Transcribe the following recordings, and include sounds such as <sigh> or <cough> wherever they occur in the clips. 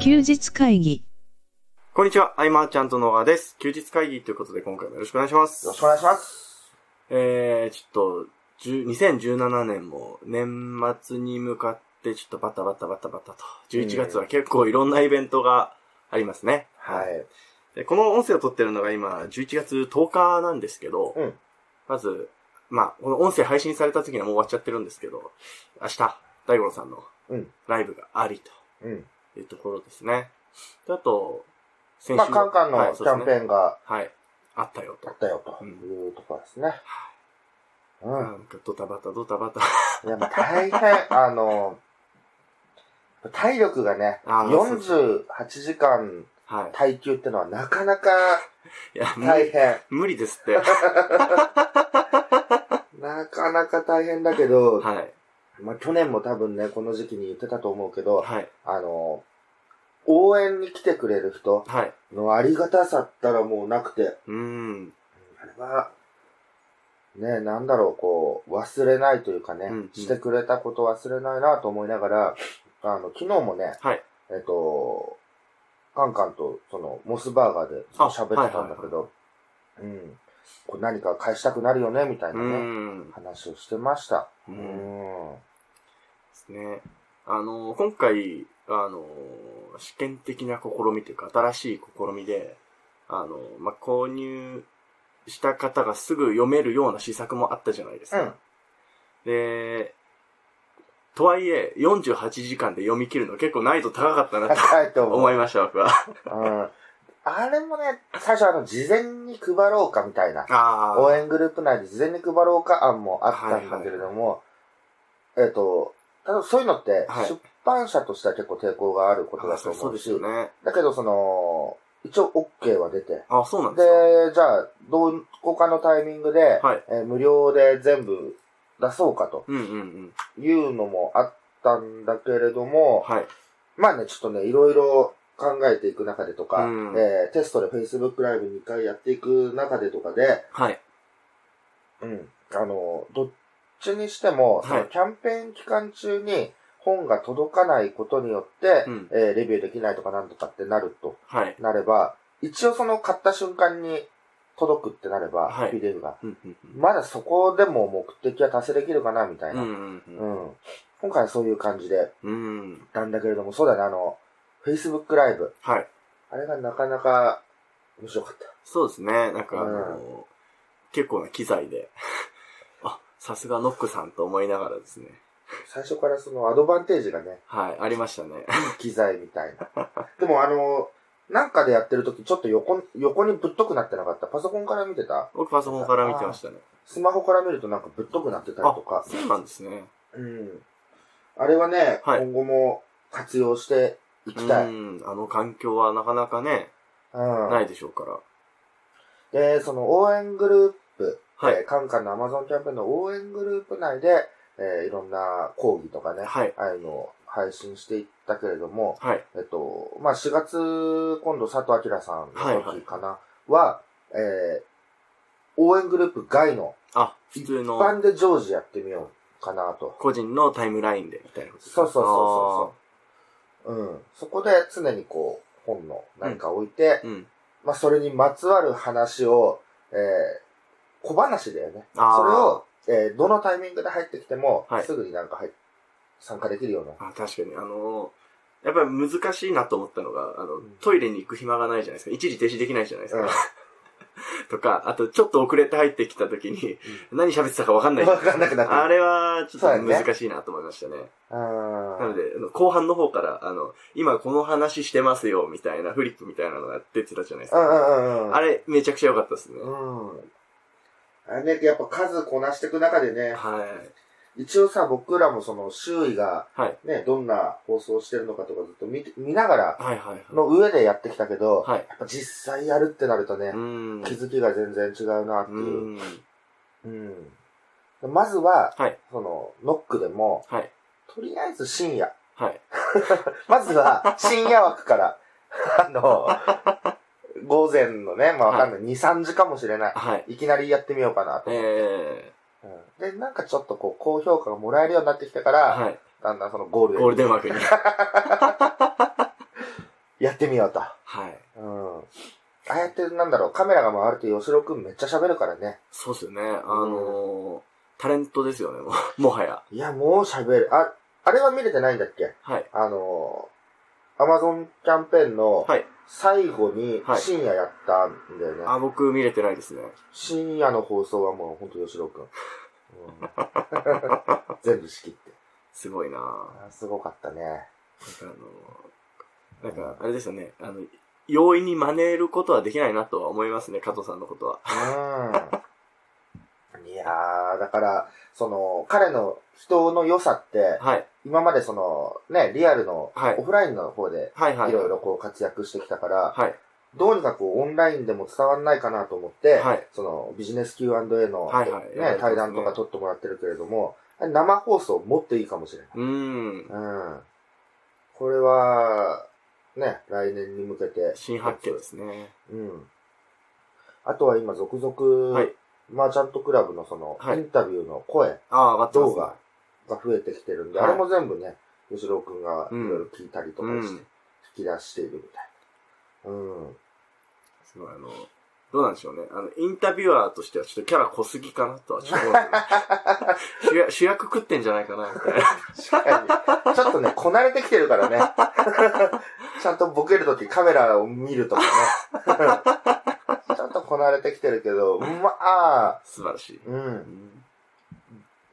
休日会議。こんにちは、アイマーちゃんと野川です。休日会議ということで今回もよろしくお願いします。よろしくお願いします。えー、ちょっと、10 2017年も年末に向かってちょっとバタバタバタバタと、11月は結構いろんなイベントがありますね。はい。でこの音声を撮ってるのが今、11月10日なんですけど、うんまず、まあ、この音声配信された時にはもう終わっちゃってるんですけど、明日、大五郎さんのうんライブがありうん。というところですね。であと、先まあ、カンカンはのいキそうですャンねペーンがはい。あったよとあ。ったよとうんいうところですね。う。なんんかドタバタドタバタ。 <laughs> いや、まあ大変、 <laughs> あの、体力がね、あー48時間は耐久ってのはなかなかい。いや、無大理、変。無理です <laughs> って。なかなか大変だけど、はい。まあ去年も多分ね、この時期に言ってたと思うけど、はい。あの、応援に来てくれる人はい。のありがたさったらもうなくて、うーん。あれは、ね、なんだろう、こう、忘れないというかね、うんうんしてくれたこと忘れないなと思いながら、あの、昨日もね、はい。えっと、カンカンと、その、モスバーガーであ喋ってたんだけど、うん。こう何か返したくなるよね、みたいうなーね、ん。話をしてました。う。うんん。ですね。あの、今回、あの、試験的な試みというか、新しい試みで、あの、まあ、購入した方がすぐ読めるような試作もあったじゃないですうか。ん。で、とはいえ、48時間で読み切るの結構難易度高かったなと高いと思思う。いました、僕は。うん。あれもね、最初あの、事前に配ろうか、みたいな。あ応援グループ内で事前に配ろうか案もあったんだけれども、えっ、と、ただそういうのってはい出版社としては結構抵抗があることあだそとうそ思ううですし、よね。だけどその、一応 OK は出て、あ、そうなんですか。で、じゃあ、どう、交換のタイミングで、はいえー無料で全部出そうかとうんうんうん。いうのもあったんだけれども、はい。まあね、ちょっとね、いろいろ考えていく中でとか、うんえーテストで Facebook ライブ2回やっていく中でとかで、はい。うん。あの、どっちにしても、はいそのキャンペーン期間中に本が届かないことによって、うんえーレビューできないとかなんとかってなると、はい。なれば、一応その買った瞬間に届くってなれば、はい PDF が。うんうんまだそこでも目的は達成できるかな、みたいうん。うな。んうんうん今回はそういう感じで、うん。うん。なんだけれども、そうだね、あの、Facebook ライブ。はい。あれがなかなか面白かった。そうですね。なんか、あうんの、結構な機材で、 <laughs> あ、さすがノックさんと思いながらですね。最初からそのアドバンテージがね、はい。ありましたね。 <laughs> 機材みたいな。でもあの、なんかでやってるときちょっと横、横にぶっとくなってなかった。パソコンから見てた僕パソコンから見てましたね。スマホから見るとなんかぶっとくなってたりあとか、。そうなんですね。うん。あれはね、はい今後も活用していきたい。ううん。ん。あの環境はなかなかね、ないでしょうから。で、その応援グループ、はいえーカンカンの Amazon キャンペーンの応援グループ内で、えーいろんな講義とかね、はい。ああいうのを配信していったけれども、はい。えっと、まあ、4月、今度佐藤明さんの時かな、はえー、応援グループ外のあ、普一通の般で常時やってみようかなと。個人のタイムラインでみたいなことですそかうそうそうそうそう。うん。そこで常にこう、本の何か置いて、あーうん。まあ、それにまつわる話を、えー、小話だよね。あーそれを、えー、どのタイミングで入ってきても、はいすぐになんか入っ参加できるような。あ、確かに。あのーやっぱり難しいなと思ったのが、あのん、トイレに行く暇がないじゃないですか。一時停止できないじゃないですか。う <laughs> とか、あと、ちょっと遅れて入ってきた時に、何喋ってたか分かんないん。。わかんなくなってある。れは、ちょっそうだとね難しいなと思いましたね。あなので、あの後半の方から、あの、今この話してますよ、みたいなフリップみたいなのが出てたじゃないですうんうか。んうんうん。あれ、めちゃくちゃ良かったですね。うん。あれね、やっぱ数こなしていく中でね、は一応さ、僕らもその周囲がい。はい。ね、どんな放送をしてるのかとかずっと見て見ながらはいはいはい。の上でやってきたけど、はい。やっぱ実際やるってなるとねう、ん。気づきが全然違うなってういう。ん。うん。まずは、はい。その、ノックでも、はい。とりあえず深夜。はい。まず <laughs> は、深夜枠から、あの、午前のね、まあわかんない、2、3時かもしれない。はい。いきなりやってみようかなと思ってえうんで、なんかちょっとこう、高評価がもらえるようになってきたから、ー、はい。 <laughs> だんだんそのゴールゴールデでンマークに。やってみようと。はい。うん。ああやって、なんだろう、カメラが回ると吉郎くんめっちゃ喋るからね。そうですよね。あのータレントですよね、もう <laughs> もはや。いや、もう喋る。あ、あれは見れてないんだっけはい。あのー、アマゾンキャンペーンのはい。最後にはい深夜やったんだよね。あ、僕見れてないですね。深夜の放送はもうほんと吉郎く <laughs> ん。うん全部仕切って。すごいなぁあーすごかったね。なんかあのーなんか、あれですよね。あの、容易に真似ることはできないなとは思いますね、加藤さんのことは。うん。いやー、だから、その、彼の人の良さって、はい。今までその、ね、リアルの、はいオフラインの方で、はいはい。いろいろこう活躍してきたから、はい。どうにかこうオンラインでも伝わんないかなと思って、はいそのビジネス Q&A の、はいはいやられてますね、ね対談とか撮ってもらってるけれども、生放送もっといいかもしれない。うーん。うん。これは、ね、来年に向けて。新発見ですね。うん。あとは今、続々、はいマーチャントクラブのその、はいインタビューの声ああ、上がってます、ね。動画が増えてきてるんで、はいあれも全部ね、吉郎くんがいろいろ聞いたりとかうしてん。、引き出しているみたいな。うん。すごい、あの、どうなんでしょうね。あの、インタビュアーとしてはちょっとキャラ濃すぎかなとはちょっと思 <laughs> うんですけど主役主役食ってんじゃないかな、みたいな。確かに。ちょっと <laughs> ね、こなれてきてるからね。 <laughs> ちゃんとボケるときカメラを見るとかね。 <laughs> ちゃんとこなれてきてるけど、まあ、素晴らしい。う。うん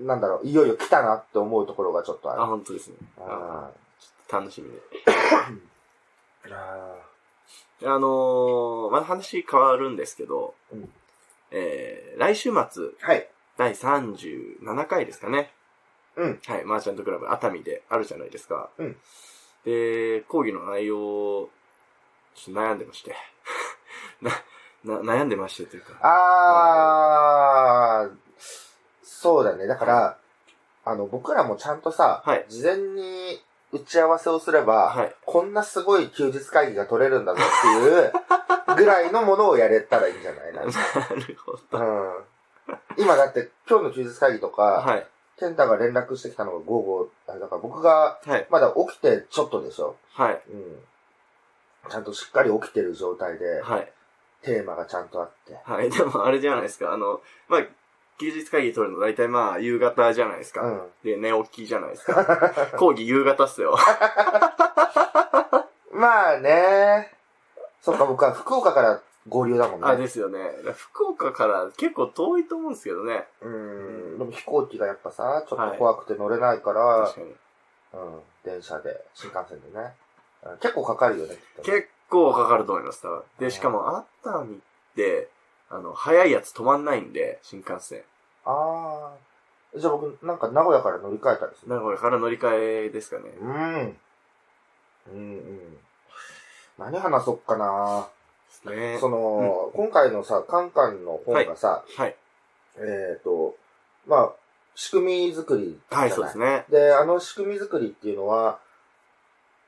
んなんだろう、いよいよ来たなって思うところがちょっとあ、ある。本当ですね。ああ楽しみで。ーああのー、また話変わるんですけど、うんえー、来週末、ー。はい。第37回ですかね。うん。はい、マーチャントクラブ熱海であるじゃないですか。うん。で、講義の内容を、ちょっと悩んでまして。 <laughs> な、な、悩んでましてというか。あー、そうだね。だから、あの、僕らもちゃんとさ、はい事前に打ち合わせをすれば、はい。こんなすごい休日会議が取れるんだぞっていうぐらいのものをやれたらいいんじゃないななん <laughs> かるほど。うん。今だって今日の休日会議とか、はい。健太が連絡してきたのが午後、あだから僕がはい。まだ起きてちょっとでしょ。はい。うん。ちゃんとしっかり起きてる状態で、はい。テーマがちゃんとあって。はい。でも、あれじゃないですか。あの、まあ、休日会議取るの大体まあ、夕方じゃないですか。うん。で、寝起きじゃないです <laughs> か。講義夕方っすよ。まあね。そっか、僕は福岡から合流だもんね。あ、ですよね。福岡から結構遠いと思うんですけどね。うん。でも飛行機がやっぱさ、ちょっはとい怖くて乗れないから、確かに。うん、電車で、新幹線でね。うん結構かかるよね、きっとね。結構かかると思います、多分。で、しかも、熱海って、あの、早いやつ止まんないんで、新幹線。ああ。じゃあ僕、なんか名古屋から乗り換えたりする。名古屋から乗り換えですかね。うん。うんうん。何話そっかなねその、今回のさ、カンカンの本がさ、はい。えっ、と、まあ、仕組み作りじゃなはい、そうですね。で、あの仕組み作りっていうのは、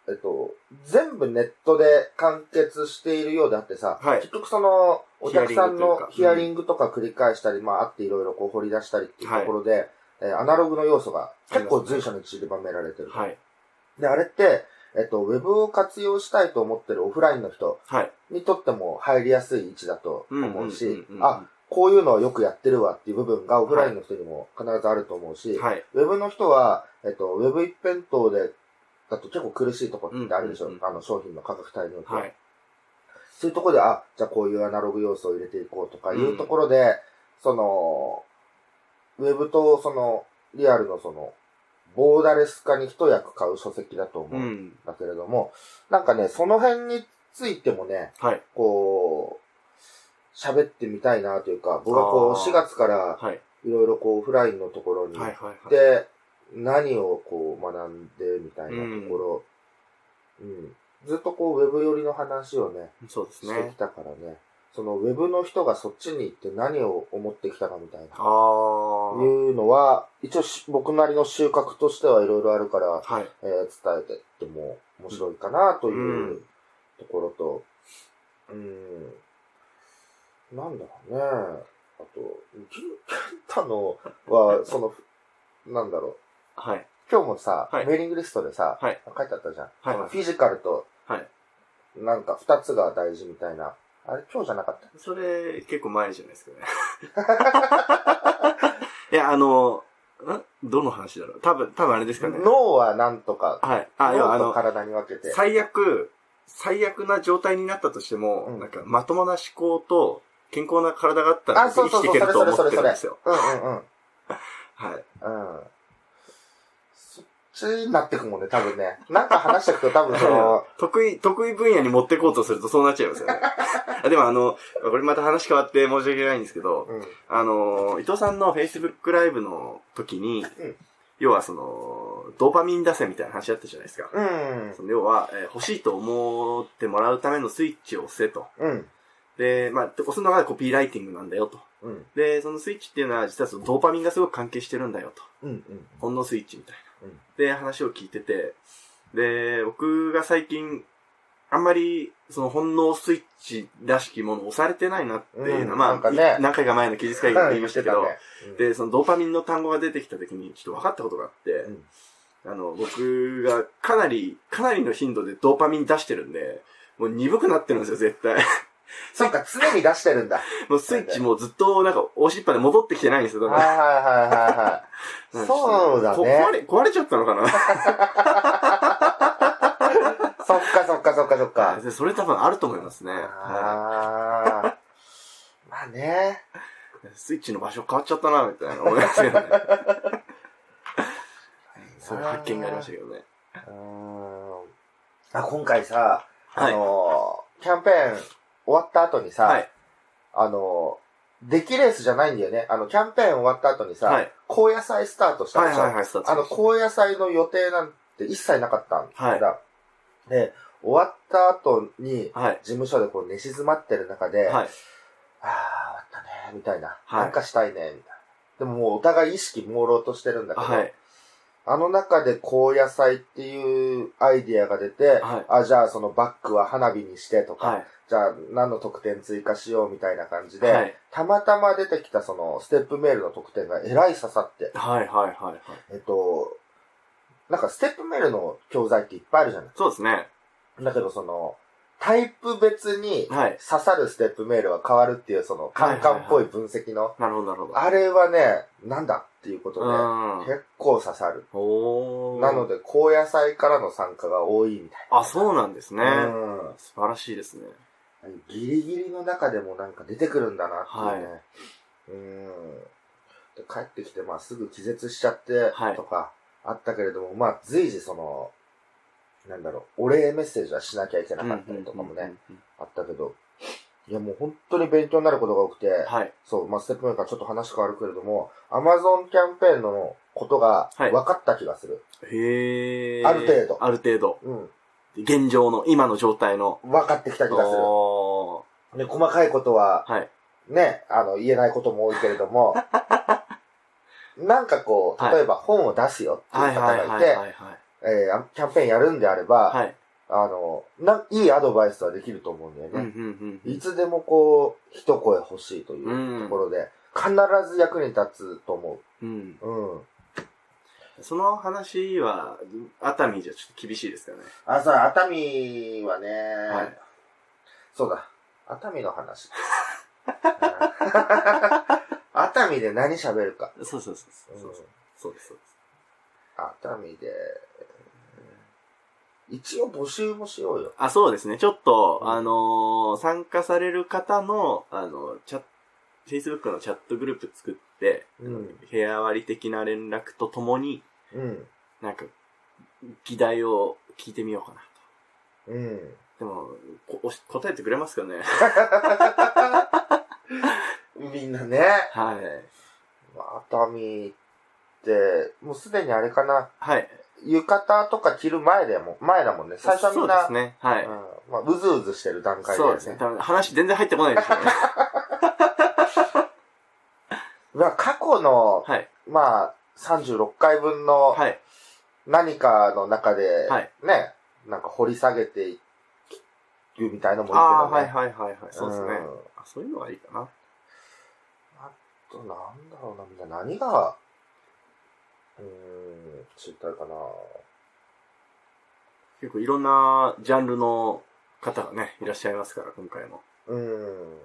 えっと、全部ネットで完結しているようであってさ、はい結局その、お客さんのヒヒアアリリングとか繰り返したり、まあ、あっていろいろこう掘り出したりっていうところで、えーアナログの要素が結構随所に散りばめられてる。はい。で、あれって、えっと、ウェブを活用したいと思ってるオフラインの人はい。にとっても入りやすい位置だと思うし、あ、あ、こういうのをよくやってるわっていう部分がオフラインの人にも必ずあると思うし、はい。ウェブの人は、えっと、ウェブ一辺倒で、だと結構苦しいとこってあるでしょ、うんうんうんあの商品の価格帯によって。はい。そういうところで、あ、じゃあこういうアナログ要素を入れていこうとかいうところで、その、ウェブとその、リアルのその、ボーダレス化に一役買う書籍だと思ううんん。だけれども、なんかね、その辺についてもね、はい。こう、喋ってみたいなというか、僕はこあうー4月からはい。いろいろこうオフラインのところにはい。はい。はい。で、何をこう学んでみたいなところ、うん。ずっとこうウェブ寄りの話をね、そうですしてねき。たからね、そのウェブの人がそっちに行って何を思ってきたかみたいあな、あ。はい。いうのは、一応し僕なりの収穫としてはいろいろあるから、えー伝えてっても面白いかなといううんところと、うん、なんだろうね。あと、ケンタのは、その、なんだろう。はい。今日もさ、はいメーリングリストでさ、はい書いてあったじゃん。はいそのフィジカルとはい。なんか二つが大事みたいな。あれ、今日じゃなかったそれ、結構前じゃない <laughs> ですかね。いや、あの、んどの話だろう多分、多分あれですかね。脳はなんとか、はい。あ、要はあ脳との、体に分けて。最悪、最悪な状態になったとしても、うんなんか、まともな思考と、健康な体があったら、あ、生そうきそうていそう、けそるとれそれ思そっれてるそんでれすよ。。うんうんうん。はい。うんそっちになってくもんね、多分ね。なんか話してくと多分その、得意、得意分野に持ってこうとするとそうなっちゃいますよ <laughs> ね。あでもあの、これまた話変わって申し <laughs> 訳ないんですけど、うん。あの、伊藤さんの Facebook ライブの時に、うん要はその、ドーパミン出せみたいな話あったじゃないですか。うんそ。の要は、えー欲しいと思ってもらうためのスイッチを押せと。うん。で、まあ、押すのがコピーライティングなんだよと。うん。で、そのスイッチっていうのは実はそのドーパミンがすごく関係してるんだよと。うん。ほんのスイッチみたいな。うんで、話を聞いてて、で、僕が最近、あんまり、その本能スイッチらしきものを押されてないなっていうのは、うんまあ、なんかねい何回か前の記述会議で言いましたけど、うんで、そのドーパミンの単語が出てきた時に、ちょっと分かったことがあって、んあの、僕がかなり、かなりの頻度でドーパミン出してるんで、もう鈍くなってるんですよ、絶対。 <laughs> そっか、常に出してるんだ。もうスイッチもずっとなんか押しっぱで戻ってきてないんですよ、だはいかはいら。はいはいはなんかちい。ょっとそうだこ壊ね。れ、壊れちゃったのかなそっかそっかそっかそっか。でそれ多分あると思いますね。はあーまあね。いスイッチの場所変わっちゃったな、み <laughs> たいな思いますよね。そういう発見がありましたけどね。うーんあ今回さ、あはい。のーキャンペーン終わった後にさ、はい。あのーデキレースじゃないんだよね。あの、キャンペーン終わった後にさ、はい。高野菜スタートしたはでいしょ、はいはい、スタートあの、高野菜の予定なんて一切なかったんだ。はいで、終わった後に、はい。事務所でこう寝静まってる中はい。で、ああ、終わったね、みたいな。はいなんかしたいね、みたいな。でももうお互い意識朦朧としてるんだけど、はい。あの中で高野菜っていうアイディアが出て、はいあ、じゃあそのバッグは花火にしてとか、はい。じゃあ何の特典追加しようみたいな感じで、はい。たまたま出てきたそのステップメールの特典がえらい刺さって、はい。はい。はい。えっと、なんかステップメールの教材っていっぱいあるじゃないそうですね。だけどその、タイプ別に刺はい。さるステップメールは変わるっていうそのカンカンっぽい分析の、なるほど、なるほど。あれはね、なんだっていうことで、うん。結構刺さる。おー。なので、高野菜からの参加が多いみたいあ、そうなんですね。な。素晴らしいですね。うん。ギリギリの中でもなんか出てくるんだなっていうね。うん。で帰ってきて、まあすぐ気絶しちゃってはいとかあったけれども、まあ随時その、なんだろう、お礼メッセージはしなきゃいけなかったりとかもね、うんうんうんあったけど、いやもう本当に勉強になることが多くて、うんはい。そう、まあステップメーカーちょっと話変わるけれども、アマゾンキャンペーンのことがはい分かった気がする。へー。ある程度ある程度。うん。現状の、今の状態の。分かってきた気がする。おね、細かいことは、ー。はい。ね、あの、言えないことも多いけれど <laughs> も、なんかこう、はい例えば本を出すよっていうはい方はいがはいいはいて、はい。えーあキャンペーンやるんであれば、はい。あのないいアドバイスはできると思うんだようんうね。んうん。いつでもこう、一声欲しいといううんところで、必ず役に立つと思うん。う。うん。その話は、熱海じゃちょっと厳しいですかね。あ、さ、熱海はね、はいそうだ、熱海の話。うん熱海で何喋るか。そうそうそうそううんそうそう。そうです、そうです。熱海で、一応募集もしようよ。あ、そうですね。ちょっと、うんあのー参加される方の、あの、チャット、Facebook のチャットグループ作って、うん部屋割り的な連絡とともに、うん。なんか、議題を聞いてみようかなうん。と。でも、こおし答えてくれますかねみんなね。はい。熱海って、もうすでにあれかな。はい。浴衣とか着る前でも、前だもんね。最初はみんな、そうですね。はい。うんまあ、うずうずしてる段階だそうよですね。ね。多分話全然入ってこないですよ <laughs> ね。まあ、過去の、はい。まあ、36回分のはい。何かの中で、はいね、なんか掘り下げていくみたいのもいいけどね。ああー、はいはいはいはい。そうですね。んあそういうのはいいかな。あと、なんだろうな、みんな何が、うーん、知りたいかな。結構いろんなジャンルの方がね、いらっしゃいますから、今回も。うーん。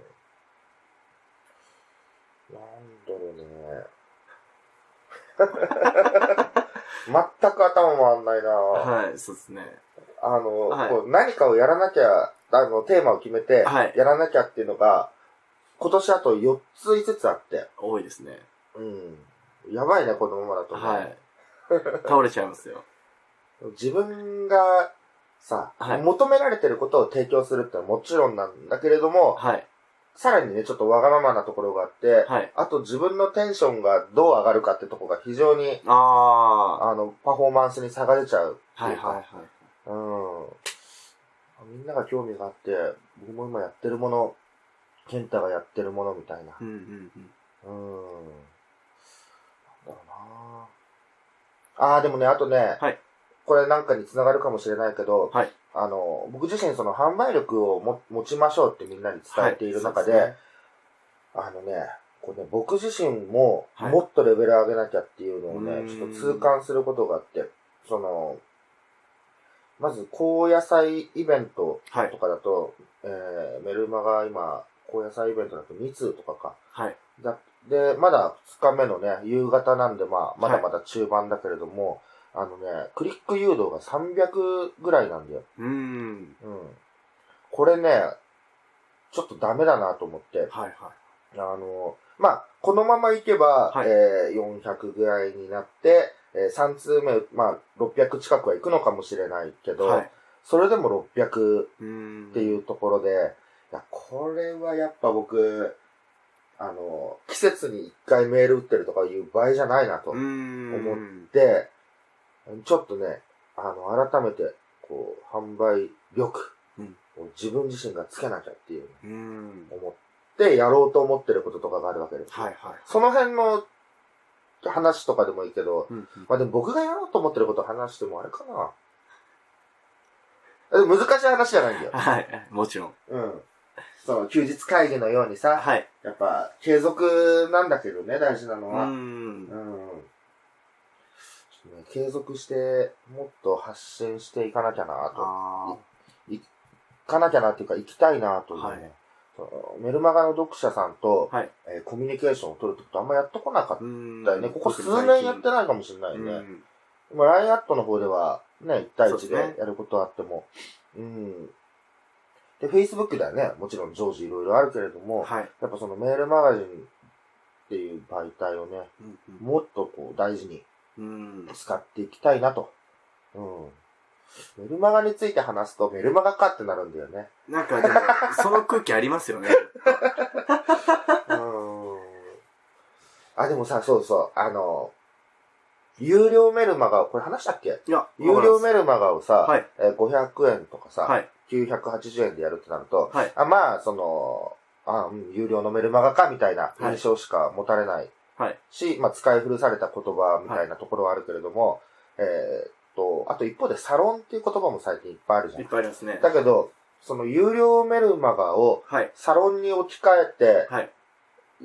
なんだろ <laughs> うね。全く頭回んないな、はい、そうですね。あの、はいこう何かをやらなきゃ、あの、テーマを決めて、はいやらなきゃっていうのが、今年あと4つ5つあって、多いですね。うん。やばいね、このままだと、ねはい。倒れちゃいますよ。自分がさ、はい求められてることを提供するってのはもちろんなんだけれども、はい。さらにね、ちょっとわがままなところがあって、はい。あと自分のテンションがどう上がるかってとこが非常に、ああの、パフォーマンスに差が出ちゃうー。はいはいはい。うん。みんなが興味があって、僕も今やってるもの、健太がやってるものみたいなう。んうんうん。うん。なんだろうなああー、でもね、あとね、はいこれなんかに繋がるかもしれないけど、はいあの、僕自身その販売力をも持ちましょうってみんなに伝えている中で、はいそうですねあのね、これね、僕自身もはいもっとレベル上げなきゃっていうのをね、うーんちょっと痛感することがあって、その、まず高野菜イベントはいと。かだと、えー、メルマが今、高野菜イベントだと2通とかか、はい。だで、まだ2日目のね、夕方なんで、まあ、まだまだ中盤だけれども、あのね、クリック誘導が300ぐらいなんだよ。うーん。うん。これね、ちょっとダメだなと思って、はいはい。あの、まあ、このままいけば、はいえー400ぐらいになって、えー3通目、まあ、600近くはいくのかもしれないけど、はい。それでも600うーん。っていうところで、いや、これはやっぱ僕、あの、季節に一回メール打ってるとかいう場合じゃないなと。うーん。思で、ちょっとね、あの、改めて、こう、販売力うんを自分自身がつけなきゃっていう、うーん。思って、やろうと思ってることとかがあるわけです。はいはい。その辺の話とかでもいいけど、うんうんまあでも僕がやろうと思ってることを話してもあれかな。え難しい話じゃないんだよ。はい。もちろん。うん。そう、休日会議のようにさ、はい。やっぱ、継続なんだけどね、大事なうのーは。うん。ん。ちょっとね、継続して、もっと発信していかなきゃなと。あ行かなきゃなっていうか、行きたいなというね。はいそうメルマガの読者さんと、はいえーコミュニケーションを取るってことあんまやってこなかっー。うーん。たよね。ここ数年やってなないかもしれないね。うん。まあ、ラインアットの方では、ね、1対そ1うですねでやることはあっても、うん。で、Facebook ではね、もちろん常時いろいろあるけれども、はい。やっぱそのメールマガジンっていう媒体をね、うんうんもっとこう大事にうん。使っていきたいなと。うん。メルマガについて話すと、メルマガかってなるんだよね。なんかでも、 <laughs> その空気ありますよね。うん。あ、でもさ、そうそう、あの、有料メルマガ、これ話したっけいや、有料メメルマガをさ、はいえー500円とかさ、はい。 980円でやるってなると、はいあまあ、その、あ、うん、有料のメルマガか、みたいなはい印象しか持たれないはい。し、まあ、使い古された言葉みたいなところはあるけれども、えーっと、あと一方でサロンっていう言葉も最近いっぱいあるじゃいっん。ぱいありますね。だけど、その有料メルマガをはい。サロンに置き換えてはい。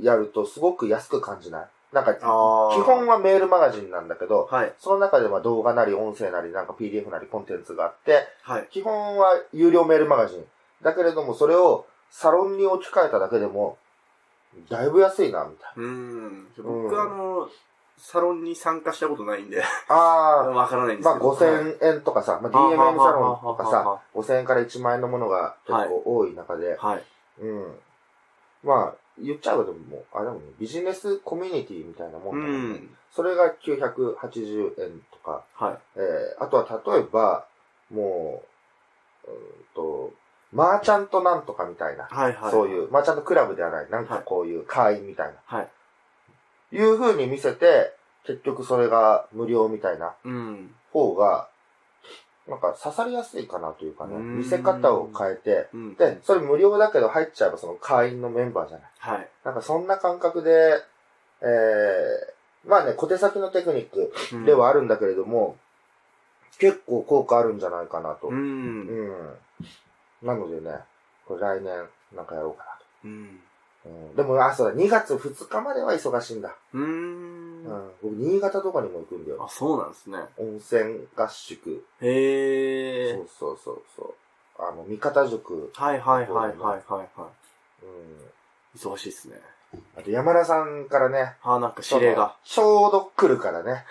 やるとすごく安く感じないなんか、基あー本はメールマガジンなんだけど、はい。その中でまあ動画なり音声なりなんか PDF なりコンテンツがあって、はい。基本は有料メールマガジン。だけれどもそれをサロンに置き換えただけでも、だいぶ安いな、みたいうーん。うん僕あの、サロンに参加したことないんで、な。あ <laughs> あ、わからないんですまけあど。はい。 5000円とかさ、まあ、はあ DMM はあはサあはロあンとはかあさ、は5000円から1万円のものが結構多い中で、はい。うん。まあ、言っちゃうけども、あれだもんね、ビジネスコミュニティみたいなもうんだもんね。ん。それが980円とか、はい。えー、あとは例えば、もう、うーんと、マーチャントなんとかみたいな、はいはい。そういう、。マーチャントクラブではない、なんかこういう会員みたいな、はい。いう風に見せて、結局それが無料みたいなうん。方が、なんか刺さりやすいかなというかね、うーん見せ方を変えて、うん。で、それ無料だけど入っちゃえばその会員のメンバーじゃない。はい。なんかそんな感覚で、えー、まあね、小手先のテクニックうんで。はあるんだけれども、結構効果あるんじゃないかなと。ううん。ん。なのでね、これ来年なんかやろうかうん。なと。うん、でも、あ、そうだ、2月2日までは忙しいんだ。う。うんん。僕、新潟とかにも行くんだよ。あ、そうなんですね。温泉合宿。へえ。そうそうそうそう。あの、味方塾、はいはいはいはいはいはうん。い。忙しいっすね。あと山田さんからね、あーなんか指令が、。その。ちょうど来るからね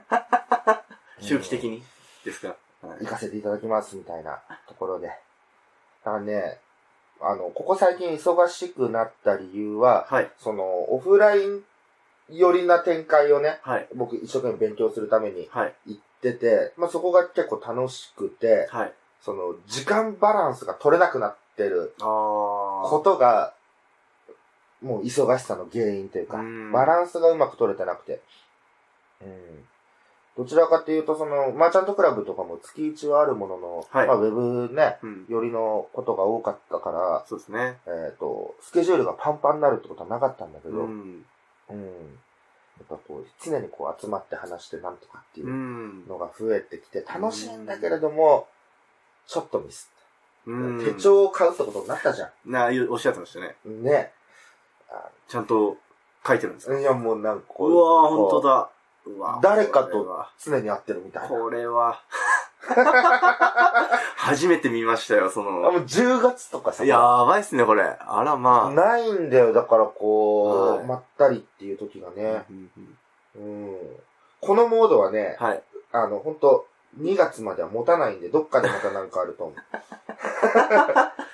<laughs> 周期的に。にですか、はい行かせていただきます、みたいなところで。だからね、あの、ここ最近忙しくなった理由は、はい。その、オフライン寄りな展開をね、はい。僕一生懸命勉強するためにはい。行ってて、まあ、そこが結構楽しくて、はい。その、時間バランスが取れなくなってるあー。ことが、もう忙しさの原因というか、うんバランスがうまく取れてなくて。うん。どちらかというと、その、マーチャントクラブとかも月一はあるものの、はいまあ、ウェブね、うん。よりのことが多かったから、そうですね。えっ、と、スケジュールがパンパンになるってことはなかったんだけど、ううん。ん。。やっぱこう、常にこう集まって話してなんとかっていううんのが増えてきて、楽しいんだけれども、ちょっとミス。うん。手帳を買うってことになったじゃな、おっしゃってましたね。ん。ね。ちゃんと書いてるんですかいや、もうなんかうこう、わー、ほんとだ。うわー誰かとこれは常に会ってるみたいな。これは。初めて見ましたよ、そあ、の。もう10月とかさ、やばいっすね、これ。あら、まあ。ないんだよ。だからこう、はいまったりっていう時がね。うんうんうん。このモードはね、はい。あの、本当2月までは持たないんで、どっかでまたなんかあると思う。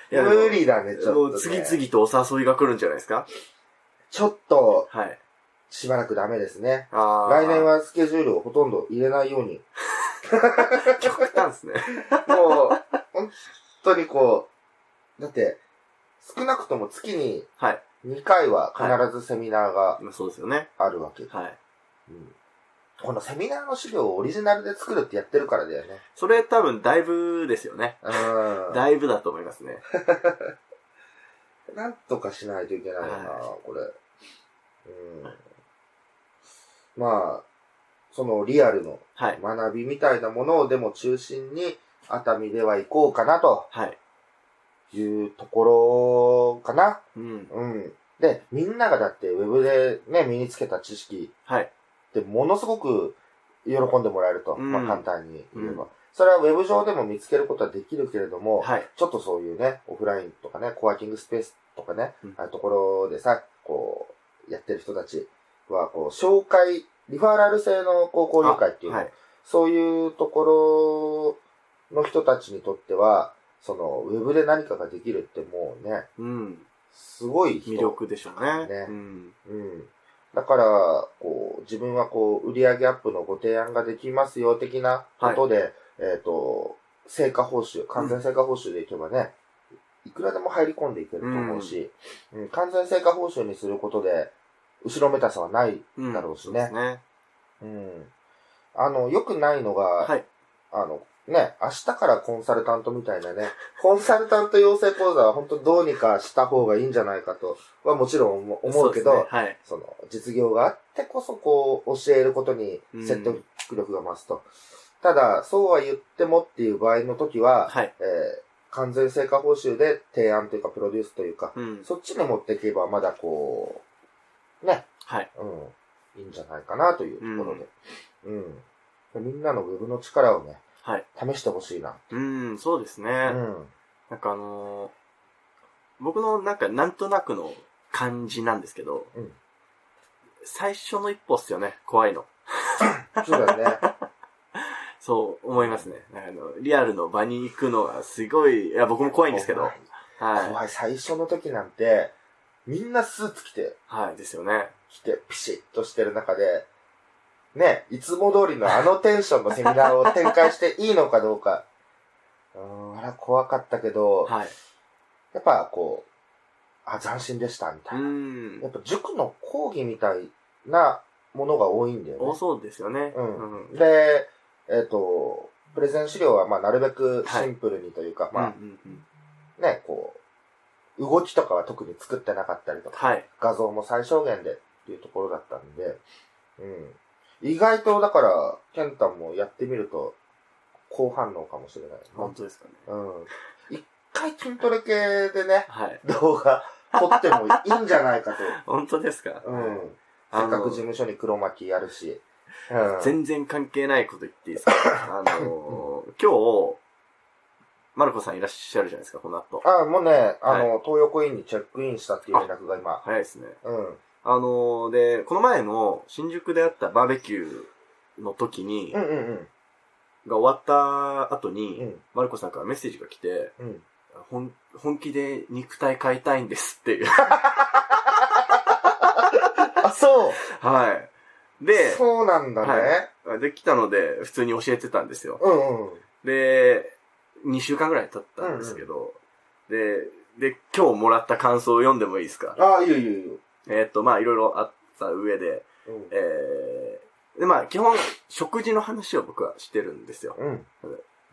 <laughs> いや無理だね、ちょっもと、ね。う次。々とお誘いが来るんじゃないですかちょっと、はい。しばらくダメですね。あー来年。はスケジュールをほとんど入れないように。極端ですね。 <laughs> もう、本当にこう、だって、少なくとも月にはい。 2回は必ずセミナーがまあそうですよね。あるわけ。はい。うんこのセミナーの資料をオリジナルで作るってやってるからだよね。それ多分、だいぶですよね。うだいぶだと思いますね。ん。なんとかしないといけないよな、はこれ。うん。まあ、そのリアルのはい。学びみたいなものをでも中心に熱海では行こうかなとはい。いうところかな。うん。うん。で、みんながだってウェブでね、身につけた知識はい。ってものすごく喜んでもらえると。うんまあ簡単に言えば。うそれはウェブ上でも見つけることはできるけれども、はい。ちょっとそういうね、オフラインとかね、コワーキングスペースとかね、うんああいうところでさ、こう、やってる人たちは、こう、紹介、リファラル制のこう交流会っていうの、はい。そういうところの人たちにとっては、その、ウェブで何かができるってもうね、うん。すごい人魅力でしょうね。ねうん。うん。だから、こう、自分はこう、売上アップのご提案ができますよ、的なことで、えっ、と、成果報酬、完全成果報酬でいけばね、いくらでも入り込んでいけると思うし、うん完全成果報酬にすることで、後ろめたさはない。うん。だろうしねそですね。うん。あの、良くないのが、はい。あの、ね、明日からコンサルタントみたいなね、 <laughs> コンサルタント養成講座は本当どうにかした方がいいんじゃないかとはもちろん思う思うけど、そですねはい。その、実業があってこそ、こう、教えることに説得力が増すと。ただ、そうは言ってもっていう場合の時は、はい。えー完全成果報酬で提案というか、プロデュースというか、うん。そっちに持っていけば、まだこう、ね、はい。うん、いいんじゃないかなというところで。うん。みんなのウェブの力をね、はい。試してほしいな。うん、そうですね。うん。なんかあのー僕のなんかなんとなくの感じなんですけど、うん最初の一歩っすよね、怖いの。そ <laughs> うだね。そう思いますね。なんかあの、リアルの場に行くのがすごい、いや、僕も怖いんですけど。は怖いい。。怖い。最初の時なんて、みんなスーツ着て、はい、ですよね。来て、ピシッとしてる中で、ね、いつも通りのあのテンションのセミナーを展開していいのかどうか。うーん、あら、怖かったけど、はい。やっぱこう、あ、斬新でした、みたういな。んや。っぱ塾の講義みたいなものが多いんだ多よそうですよね。うんうね。で、えっ、と、プレゼン資料は、まあ、なるべくシンプルにというか、まあ、うまんうんうんあ、ね、こう、動きとかは特に作ってなかったりとか、はい。画像も最小限でっていうところだったんで、うん。意外とだから、ケンタもやってみると、好反応かもしれない。本当ですかね。うん。一回筋トレ系でね、はい。動画撮ってもいいんじゃないかと。本当ですかうん。 <laughs> せあっかのく事務所に黒巻きやるし。うん。 <laughs> 全然関係ないこと言っていいですかあのー今マルコさんいらっしゃるじゃないですか、この後。あ、もうね、あの、東横インにチェックインしたっていう連絡が今。早いですね。うん。あのーで、この前の新宿であったバーベキューの時に、うんうんが終わった後に、うん。うん。マルコさんからメッセージが来て、うん。ほん本気で肉体買いたいんですっていう。 <laughs> あ、そうはい。で、そうなんだね。できたので、普通に教えてたんですよ。うんうん。で、2週間ぐらい経ったんですけど、で、で、今日もらった感想を読んでもいいですかああ、いいよいいよいいよ。えーっと、まあ、いろいろあった上で、うんえー、で、まあ、基本、食事の話を僕はしてるんですよ。うん。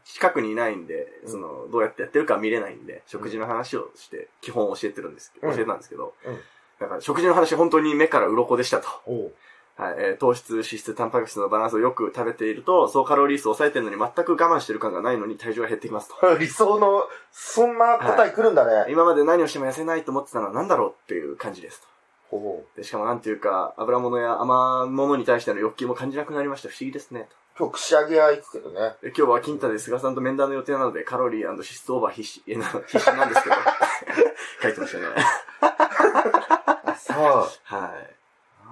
近くにいないんで、うんその、どうやってやってるか見れないんで、食事の話をして、基本教えてるんですけど、うん教えてたんですけどうん、だから食事の話本当に目から鱗でしたと。おう。 <laughs> はい、えー糖質、脂質、タンパク質のバランスをよく食べていると、総カロリー数を抑えてるのに全く我慢してる感がないのに体重が減ってきますと。理想の、そんな答え来るんだね。今まで何をしても痩せないと思ってたのは何だろうっていう感じですと。おう。でしかもなんていうか、油物や甘物に対しての欲求も感じなくなりました。不思議ですね。今日串揚げ屋行くけどね。とで今日は金太で菅さんと面談の予定なので、カロリー脂質オーバー必至、えな <laughs> 必至なんですけど、書いてましたね。あ、そはい。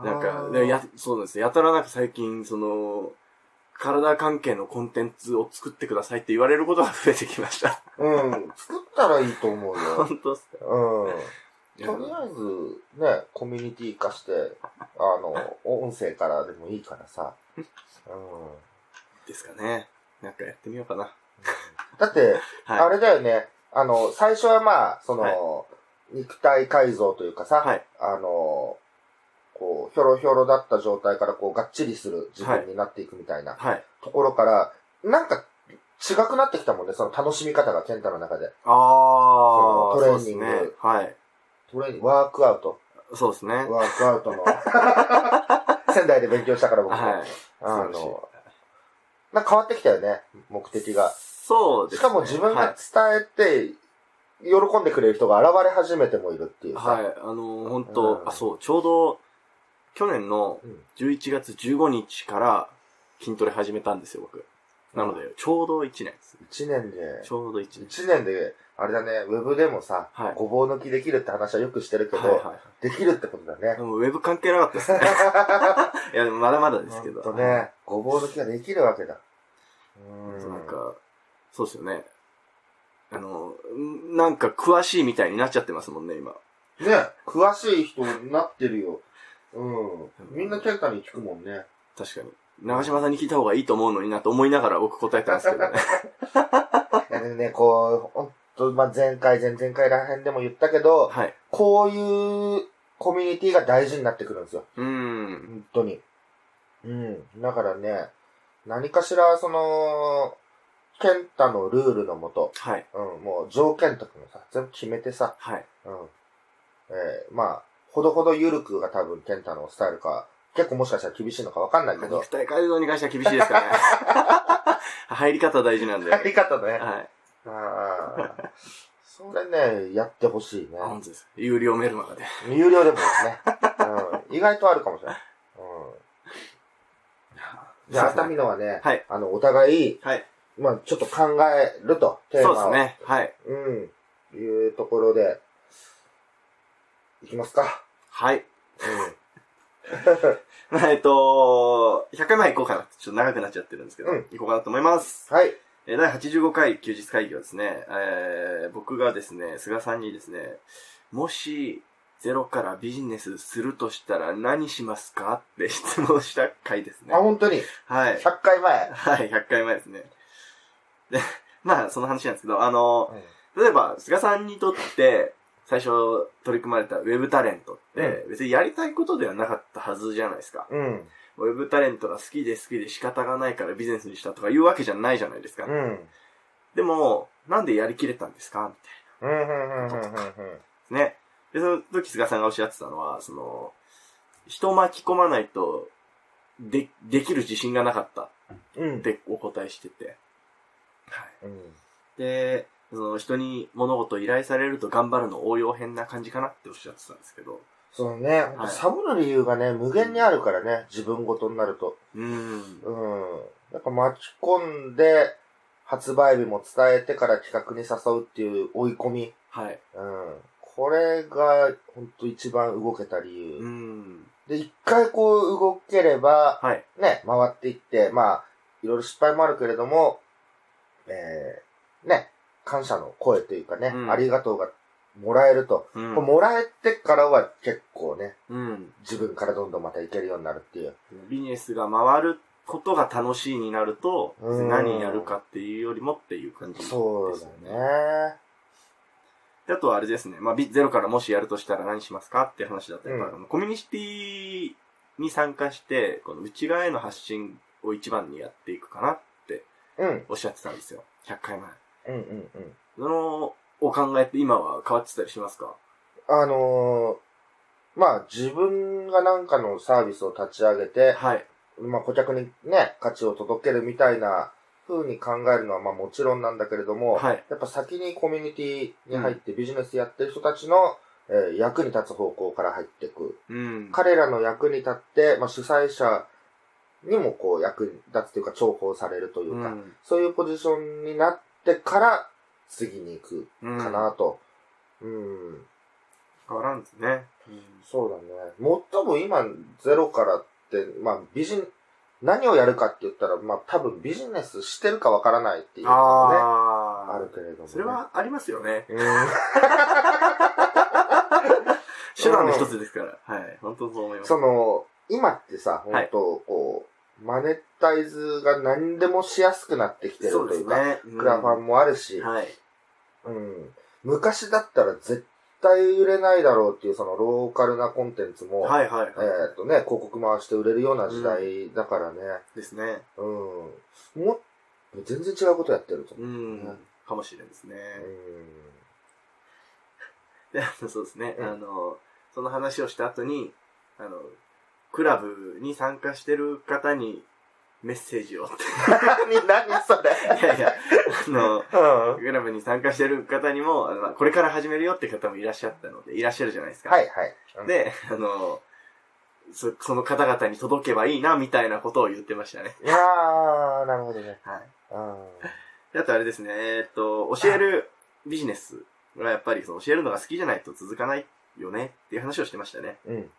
うなんか、でや、そうなんですね。やたらなんか最近、その、体関係のコンテンツを作ってくださいって言われることが増えてきま <laughs> した。うん。作ったらいいと思う <laughs> よ。本当っすかうん。いとやりあえず、ね、コミュニティ化して、あの、音声からでもいいからさ。うん。ですかね。なんかやってみようかな。だって、はい。あれだよね、あの、最初はまあ、その、はい肉体改造というかさ、はいあの、こう、ひょろひょろだった状態からこう、がっちりする自分になっていくみたいなはい。ところから、なんか、違くなってきたもんね、その楽しみ方が、ケンタの中で。あそあ、うトレーニングそうですね。はい。トレーニングワークアウト。そうですね。はい。ワークアウトの。 <laughs> 仙台で勉強したから僕も。あ素晴の、なんか変わってきたよね、目的が。そうでしすね。かも自分はがい。伝えて、喜んでくれる人が現れ始めてもいるっていうさ。はい。あのー、本当、うんあ、そう、ちょうど、去年のうん11月15日から筋トレ始めたんですよ、僕。なので、ちょうど1年ですね。一年でち、ょうど1年。一年で、あれだね、ウェブでもさ、はいごぼう抜きできるって話はよくしてるけど、はいはい。できるってことだでね。もウェブ関係なか <laughs> ったですね。いや、でもまだまだですけど。ほんとね、ごぼう抜きができるわけだ。うそんうなんか、そうですよね。あの、んなんか詳しいみたいになっちゃってますもんね、今。ね、詳しい人になってるよ。うん。みんなケンタに聞くも <laughs> んね。確かに。長島さんに聞いた方がいいと思うのになと思いながら僕答えたんですけど <laughs> ね。いやでもね、こう、ほんと、まあ、前回、前々回ら辺でも言ったけど、はい。こういうコミュニティが大事になってくるんですよ。うーん。本当に。うん。だからね、何かしら、その、ケンタのルールのもと、はい。うん、もう条件とかもさ、全部決めてさ、はい。うん。えー、まあ、ほどほど緩くが多分ケンタのスタイルか、結構もしかしたら厳しいのかわかんないけど肉、体改造に関しては厳しいです <laughs> からね。入り方大事なんで。はやい。り方ね。あああ。それね、やってほしいね。本当です。有料メルマガで。有料でもですね。うん。意外とあるかもしれない。うん。じゃあ、熱海のはね、はい。あの、お互い、はい。まあちょっと考えると、テーそうマを。ですね。はい。うん。いうところで、いきますか。はい。 <laughs> うまあえっと、100回前行こうかな。ちょっと長くなっちゃってるんですけど、うん行こうかなと思います。ん。はい。えー第85回休日会議はですね、えー僕がですね、菅さんにですね、もし、ゼロからビジネスするとしたら何しますかって質問した回ですねあ、。本当に、はい。 100回前。はい、100回前ですね。で、まあ、その話なんですけど、あの、うん例えば、菅さんにとって、最初取り組まれたウェブタレントって、別にやりたいことではなかったはずじゃないですか。うん。ウェブタレントが好きで好きで仕方がないからビジネスにしたとかいうわけじゃないじゃないですか。うん。でも、なんでやりきれたんですかみたいうん、うん、うん、うん、うん。な。ね。で、その時菅さんがおっしゃってたのは、その、人を巻き込まないと、で、できる自信がなかったうん。ってお答えしてて。はい。うん。で、その人に物事を依頼されると頑張るの応用編な感じかなっておっしゃってたんですけど。そのね、ほんとサボる理由がね、無限にあるからね、自分ごとになると。うーん。うん。やっぱ巻き込んで、発売日も伝えてから企画に誘うっていう追い込み。はい。うん。これが、ほんと一番動けた理由。うん。で、一回こう動ければ、はい。ね、回っていって、まあ、いろいろ失敗もあるけれども、えー、ね、感謝の声というかね、うんありがとうがもらえると。うんこれもらえてからは結構ね、うん。自分からどんどんまたいけるようになるっていう。ビジネスが回ることが楽しいになると、うん何やるかっていうよりもっていう感じですそようね。だね。であとはあれですね、まあ、ビゼロからもしやるとしたら何しますかっていう話だったり、うんあのコミュニティに参加して、この内側への発信を一番にやっていくかなってうん。おっしゃってたんですよ。100回前。うんうんうん。その、お考えって今は変わってたりしますかあのー、まあ自分がなんかのサービスを立ち上げて、はい。まあ顧客にね、価値を届けるみたいな風に考えるのはまあもちろんなんだけれども、はい。やっぱ先にコミュニティに入ってビジネスやってる人たちの、えー役に立つ方向から入っていく。うん。彼らの役に立って、まあ、主催者にもこう役に立つというか重宝されるといううか、ん。そういうポジションになってから次に行くうんかなと。うん、変わらんですね。そうだね。もっとも今ゼロからって、まあビジネ何をやるかって言ったら、まあ多分ビジネスしてるかわからないっていうのもね、ああ。あるけれども、ね。それはありますよね。 <laughs> うん手段の一つですから。はい。本当そう思います。その、今ってさ、はい本当こう、マネタイズが何でもしやすくなってきてるそうとでいすうか、ね。クラファンもあるし、うんはい。うん、昔だったら絶対売れないだろうっていうそのローカルなコンテンツも、はいはいえはい。ーっとね、広告回して売れるような時代だからね、ですね。うん、もっ全然違うことやってると思う。うんね。かもしれん <laughs> ですね。うんで、あのそうですね。うんあの、その話をした後に、あの、クラブに参加してる方にメッセージをって。 <laughs> 何、何それ。いやいや、あの、うん。クラブに参加してる方にも、あのまあこれから始めるよって方もいらっしゃったので、いらっしゃるじゃないですか。はい、はい。うん、で、あの、そその方々に届けばいいな、みたいなことを言ってましたね。あー、なるほどね。はい。うんであとあれですね、えーっと、教えるビジネスはやっぱりその教えるのが好きじゃないと続かないよねっていう話をしてましたね。うん。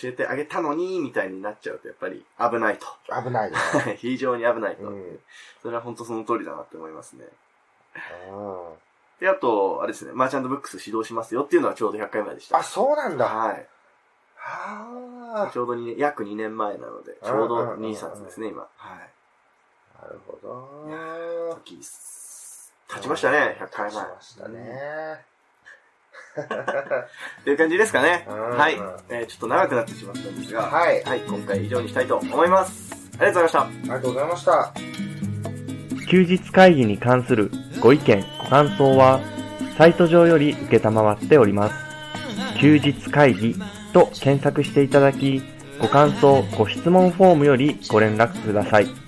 教えてあげたのに、みたいになっちゃうとやっぱり危ないと。危ないね。非常に危ないと。うんそれは本当その通りだなって思いますね。うんで、あと、あれですね、マーチャントブックス指導しますよっていうのはちょうど100回前でした。あ、そうなんだ。ははい。あち。ょうどに、約2年前なので、ちょうど2冊ですね、今。はい。なるほいやど。時、経ちましたね、100回前。立ちましたね。という感じですかね。うんはい、えーちょっと長くなってしまったんですが、はいはい、今回以上にしたいと思います。ありがとうございまありがとうございました。休日会議に関するご意見、ご感想は、サイト上より受けたまわっております。休日会議と検索していただき、ご感想、ご質問フォームよりご連絡ください。